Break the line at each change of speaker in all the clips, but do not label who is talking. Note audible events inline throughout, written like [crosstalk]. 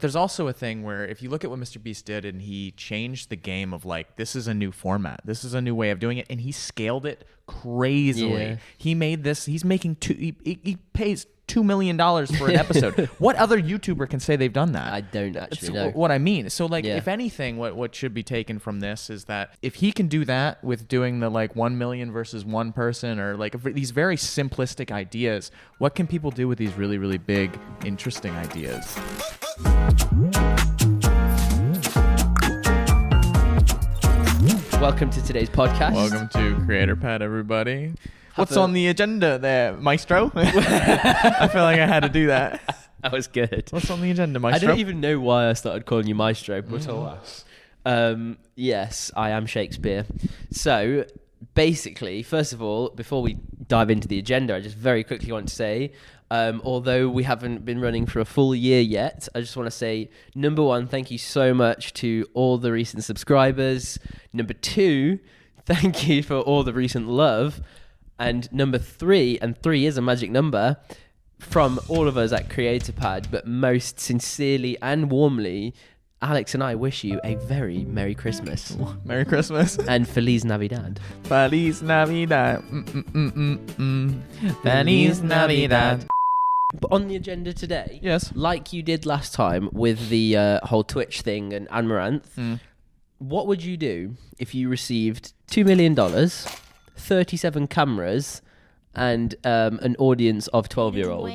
There's also a thing where if you look at what Mr. Beast did and he changed the game of like this is a new format, this is a new way of doing it, and he scaled it crazily.
Yeah.
He made this. He's making two. He, he, he pays two million dollars
[laughs]
for an episode. what other YouTuber can say they've done that?
I don't
That's
actually
wh-
know.
what I mean. So like,
Yeah.
if anything, what what should be taken from this is that if he can do that with doing the like one million versus one person or like v- these very simplistic ideas, what can people do with these really really big interesting ideas?
Welcome to today's podcast.
Welcome to Creator Pad, everybody. What's
a-
on the agenda there,
[laughs]
Maestro? I feel like I had to do that.
That was good.
What's on the agenda,
I
Maestro?
don't even know why I started calling you Maestro, but um, yes, I am Shakespeare. So basically, first of all, before we dive into the agenda, I just very quickly want to say, um, although we haven't been running for a full year yet, I just want to say number one, thank you so much to all the recent subscribers. Number two, thank you for all the recent love. And number three, and three is a magic number from all of us at CreatorPad, but most sincerely and warmly, Alex and I wish you a very Merry Christmas
Merry Christmas.
and Feliz Navidad.
Feliz Navidad. Mm, mm, mm, mm, mm. Feliz Navidad.
But on the agenda today,
Yes.
like you did last time with the uh, whole Twitch thing and Amaranth,
Mm.
what would you do if you received $2 million, 37 cameras, and um, an audience of 12 year olds?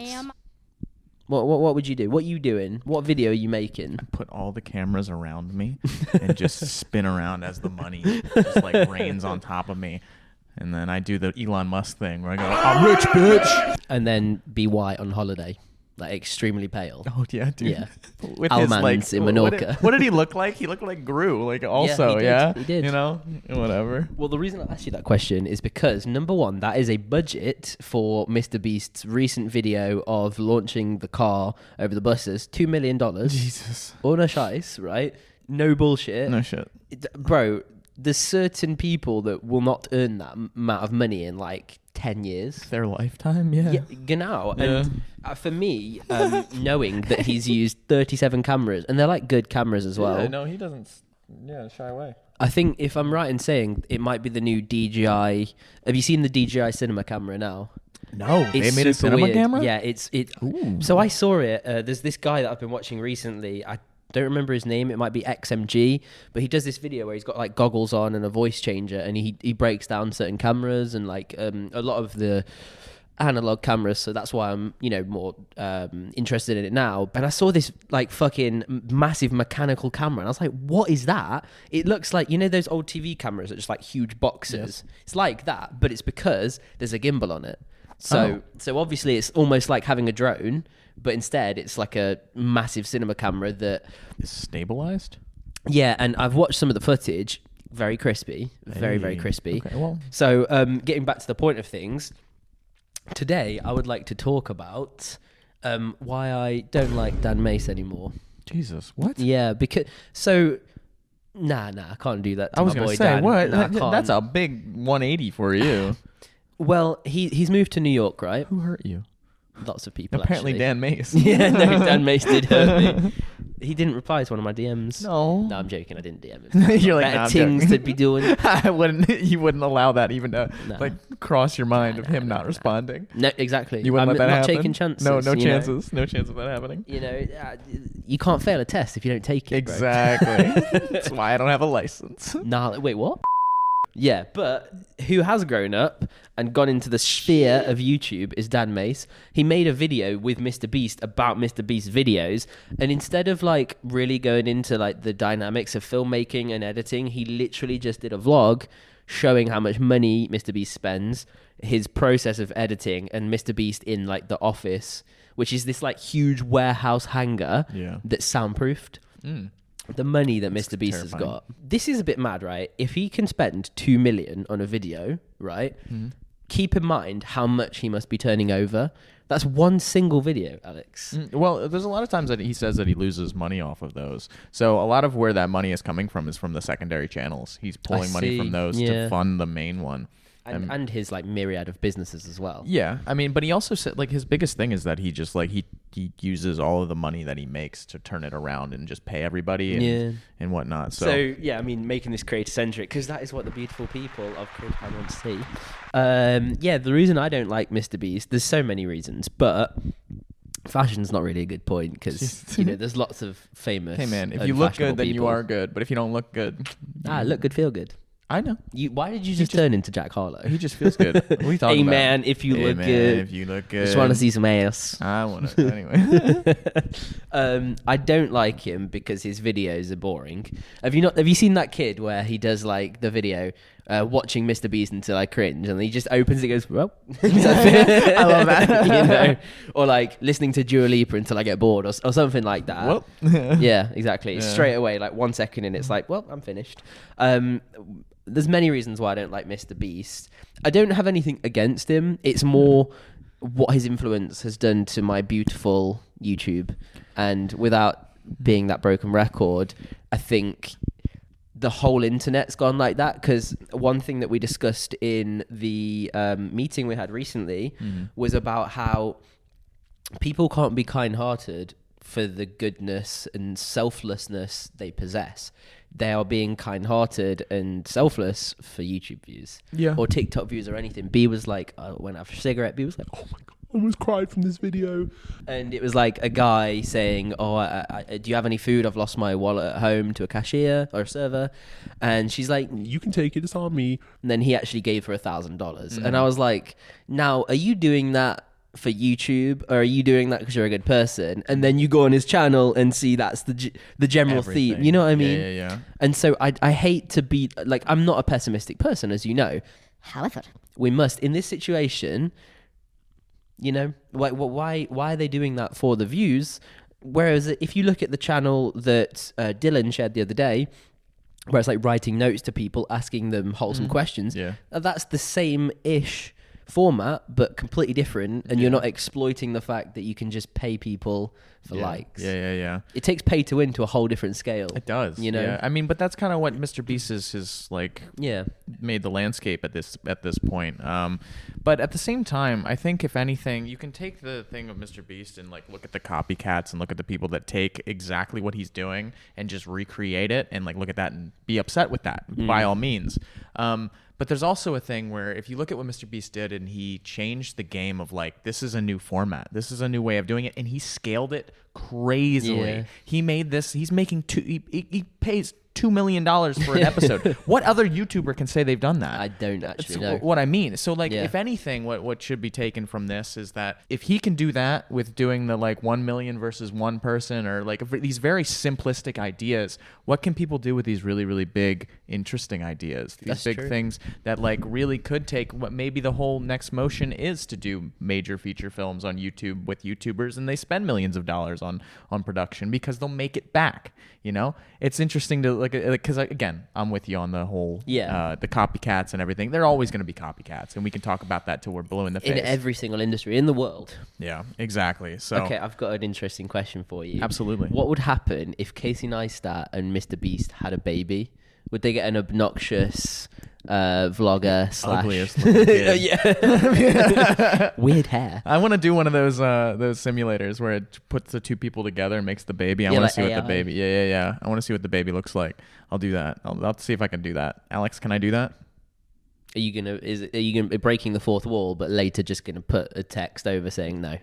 What, what, what would you do? What you doing? What video are you making?
put all the cameras around me
[laughs]
and just spin around as the money just like rains on top of me. And then I do the Elon Musk thing where I go, I'm rich, bitch.
and then be white on holiday, like extremely pale.
Oh yeah, dude.
Yeah.
[laughs] With
Almonds in
what- what did-
Menorca.
What did he look like? He looked like Gru. Like also,
he did,
yeah,
he did.
You know, whatever.
Well, the reason I asked you that question is because number one, that is a budget for Mr. Beast's recent video of launching the car over the buses, two million [laughs] dollars.
Jesus.
All no shice, right? No bullshit,
No shit.
It- bro. There's certain people that will not earn that m- amount of money in like ten years.
Their lifetime, yeah.
Yeah, genau. And uh, for me,
[laughs]
um, knowing that he's used 37 cameras, and they're like good cameras as well.
no, he doesn't. Yeah, shy away.
I think if I'm right in saying it might be the new DJI. Have you seen the DJI cinema camera now?
No, they made a
super
cinema
weird.
camera.
Yeah, it's it. So I saw it. Uh, there's this guy that I've been watching recently. I don't remember his name. It might be XMG, but he does this video where he's got like goggles on and a voice changer, and he he breaks down certain cameras and like um, a lot of the analog cameras. So that's why I'm you know more um, interested in it now. And I saw this like fucking m- massive mechanical camera, and I was like, what is that? It looks like you know those old TV cameras that are just like huge boxes. It's like that, but it's because there's a gimbal on it. So
Oh.
so obviously it's almost like having a drone, but instead it's like a massive cinema camera that
It's stabilized.
yeah, and I've watched some of the footage, very crispy, very very
Hey,
crispy.
okay, well-
So um getting back to the point of things, today I would like to talk about um why I don't like Dan Mace anymore.
Jesus, what?
Yeah, because so Nah, nah, I can't do that. To
I was
my
gonna
boy
say
Dan.
what?
Nah, I
That- that's
can't.
a big 180 for
[laughs]
you.
well. He he's moved to New York, right?
Who hurt you?
Lots of people.
Apparently,
actually.
Dan Mace.
[laughs] yeah, no, Dan Mace did hurt me. He didn't reply to one of my
[laughs]
DMs.
No.
No, I'm joking. I didn't DM
[laughs]
him.
You're like,
Better
"Nah, I'm
things
joking."
to be doing.
[laughs] I wouldn't. You wouldn't allow that even to
[laughs] No.
like cross your mind of
no,
him
no,
not
no.
responding.
No, exactly.
You wouldn't
I'm
let that
not
happen.
taking chances.
No, no
you know?
chances. No chance of that
[laughs]
happening.
You know, uh, you can't fail a test if you don't take it. bro. [laughs]
Exactly. That's why I don't have a license. [laughs]
Nah, like, wait, what? Yeah, but who has grown up and gone into the sphere of YouTube is Dan Mace. He made a video with Mr. Beast about Mr. Beast videos, and instead of like really going into like the dynamics of filmmaking and editing, he literally just did a vlog showing how much money Mr. Beast spends, his process of editing, and Mr. Beast in like the office, which is this like huge warehouse hangar
Yeah.
that's soundproofed
Mm,
the money that Mr. Beast has
terrifying.
got. This is a bit mad, right? If he can spend two million on a video, right?
mm,
Keep in mind how much he must be turning over. That's one single video, Alex.
Mm, Well, there's a lot of times that he says that he loses money off of those. So a lot of where that money is coming from is from the secondary channels. He's pulling money
see.
from those
Yeah.
to fund the main one.
and,
Um,
and his like myriad of businesses as well.
Yeah, I mean, but he also said like his biggest thing is that he just like he he uses all of the money that he makes to turn it around and just pay everybody and
Yeah.
and whatnot. So,
So, yeah, I mean, making this creator centric because that is what the beautiful people of Creative Con want to see. Um, yeah, the reason I don't like Mr. Beast, there's so many reasons, but fashion's not really a good point because you
[laughs]
know there's lots of famous.
hey man, if
and
you look good,
fashionable
then you
people.
are good. But if you don't look
[laughs]
good,
Ah, look good, feel good.
I know
You, why did you just,
just-
turn into Jack Harlow?
he just feels good. What are you talking
hey
about?
man, if you
Hey,
look
man,
good,
if you look good, Ah.
just want to see some ass.
[laughs] I
[laughs]
want to anyway. [laughs]
um, I don't like him because his videos are boring. Have you not? Have you seen that kid where he does like the video uh, watching Mr. Beast until I cringe, and he just opens it, and goes, "Well, [laughs]
I love that.
you know, or like listening to Dua Lipa until I get bored, or, s- or something like that.
well, [laughs]
[laughs] yeah, exactly. It's
Yeah.
Straight away, like one second, and it's like, well, I'm finished. Um, there's many reasons why I don't like Mr. Beast. I don't have anything against him. It's more what his influence has done to my beautiful YouTube, and without being that broken record, I think the whole internet's gone like that because one thing that we discussed in the um, meeting we had recently
Mm-hmm.
was about how people can't be kind-hearted for the goodness and selflessness they possess. They are being kind-hearted and selfless for YouTube views,
Yeah.
or TikTok views, or anything. B was like, I went after a cigarette. B was like, oh my god, I almost cried from this video. And it was like a guy saying, "Oh, I, I- I, do you have any food? I've lost my wallet at home to a cashier or a server," and she's like,
you can take it. It's on me.
and then he actually gave her a thousand dollars
Mm.
and i was like now are you doing that for youtube or are you doing that because you're a good person and then you go on his channel and see that's the g- the general theme you know what i
Yeah,
mean
yeah, yeah.
and so I, I hate to be like i'm not a pessimistic person as you know
However,
we must in this situation you know why why why are they doing that for the views whereas if you look at the channel that uh, dylan shared the other day where it's like writing notes to people asking them
Mm.
wholesome questions
yeah.
uh, that's the same ish format but completely different and you're not exploiting the fact that you can just pay people for
yeah.
likes
Yeah, yeah, yeah.
it takes pay to win to a whole different scale
It does.
you know
Yeah. I mean, but that's kind of what Mr. Beast is his like
yeah
made the landscape at this at this point. Um, but at the same time, I think if anything, you can take the thing of Mr. Beast and like look at the copycats and look at the people that take exactly what he's doing and just recreate it and like look at that and be upset with that by all means. Um, but there's also a thing where if you look at what Mr. Beast did and he changed the game of like this is a new format, this is a new way of doing it, and he scaled it crazily.
Yeah.
He made this. He's making two. He, he, he pays two million dollars for an
[laughs]
episode. what other YouTuber can say they've done that?
i don't actually
That's
know
wh- what I mean. So, like,
Yeah.
if anything, what what should be taken from this is that if he can do that with doing the like one million versus one person, or like v- these very simplistic ideas, what can people do with these really really big interesting ideas? These
That's
big
true.
things that like really could take what maybe the whole next motion is to do major feature films on YouTube with YouTubers, and they spend millions of dollars on on production because they'll make it back. You know, it's interesting to like because again, I'm with you on the whole
Yeah.
uh, the copycats and everything. They're always going to be copycats, and we can talk about that till we're blue in the face.
in every single industry in the world
yeah, exactly. So
Okay, I've got an interesting question for you.
Oh. Absolutely.
What would happen if Casey Neistat and Mr. Beast had a baby? Would they get an obnoxious uh, vlogger slash
Ugliest looking kid.
[laughs] yeah weird hair?
I want to do one of those uh, those simulators where it puts the two people together and makes the baby. I
Yeah,
want
like
to see what
AI.
the baby. Yeah, yeah, yeah. I want to see what the baby looks like. I'll do that. I'll, I'll see if I can do that. Alex, can I do that?
Are you gonna is it- are you gonna be breaking the fourth wall, but later just gonna put a text over saying no?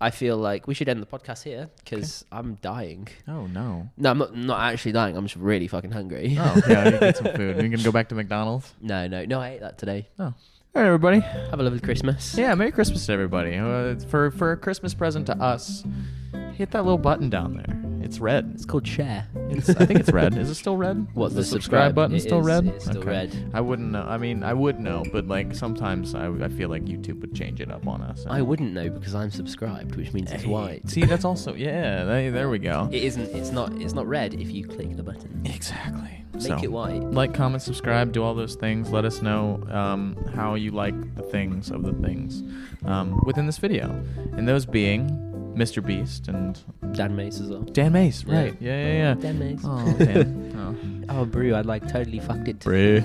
I feel like we should end the podcast here because I'm dying.
Oh no.
No, I'm not, not actually dying. I'm just really fucking hungry.
Oh yeah, we can get some food. We can go back to McDonald's.
[laughs] No, no, no. I ate that today.
Oh. All right, everybody.
Have a lovely Christmas.
Yeah, Merry Christmas to everybody. Uh, for for a Christmas present to us, hit that little button down there. It's red.
It's called share.
It's, I think it's red. Is it still red?
What,
Is
the subscribe?
button
It
still
is-
red?
it's still red.
I wouldn't know. I mean, I would know, but like sometimes I, I feel like YouTube would change it up on us.
I wouldn't know because I'm subscribed, which means it's white.
See, that's also yeah. There, there we go.
It isn't. It's not. It's not red if you click the button.
exactly. Make
it white.
Like, comment, subscribe, do all those things. Let us know um, how you like the things of the things um, within this video, and those being Mr. Beast and
Dan Mace as well.
Dan Mace,
Yeah.
right? Yeah, yeah, yeah.
Dan Mace.
Oh,
[laughs]
Dan.
Oh, Brew, I like totally fucked it.
Oh. Brew.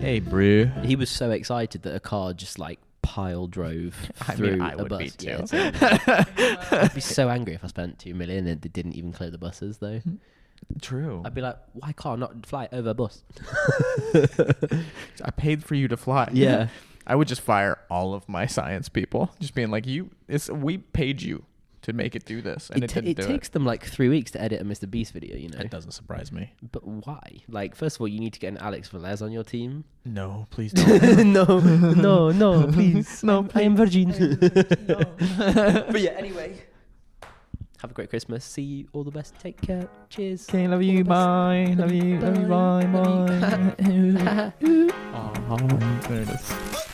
[laughs]
hey, Brew.
He was so excited that a car just like pile drove
[laughs] I mean,
through
I
a
would
bus.
be too.
it's-
[laughs]
I'd be so angry if I spent two million and they didn't even clear the buses though.
True.
I'd be like, why car not fly over
[laughs]
a bus?
I paid for you to fly.
[laughs] Yeah.
I would just fire all of my science people, just being like, "You, it's we paid you to make it do this, and
it
it,
ta-
didn't
it
do
takes them like three weeks to edit a Mr. Beast video, you know.
it." It doesn't surprise me.
But why? Like, first of all, you need to get an Alex Velez on your
[laughs]
team. [laughs]
No, please don't.
no, no, no,
[laughs]
please. No, I am virgin. but yeah, anyway. Have a great Christmas. See you. All the best. Take care. Cheers.
okay, love you, bye, love you, love you, bye, bye. Aw, there it is.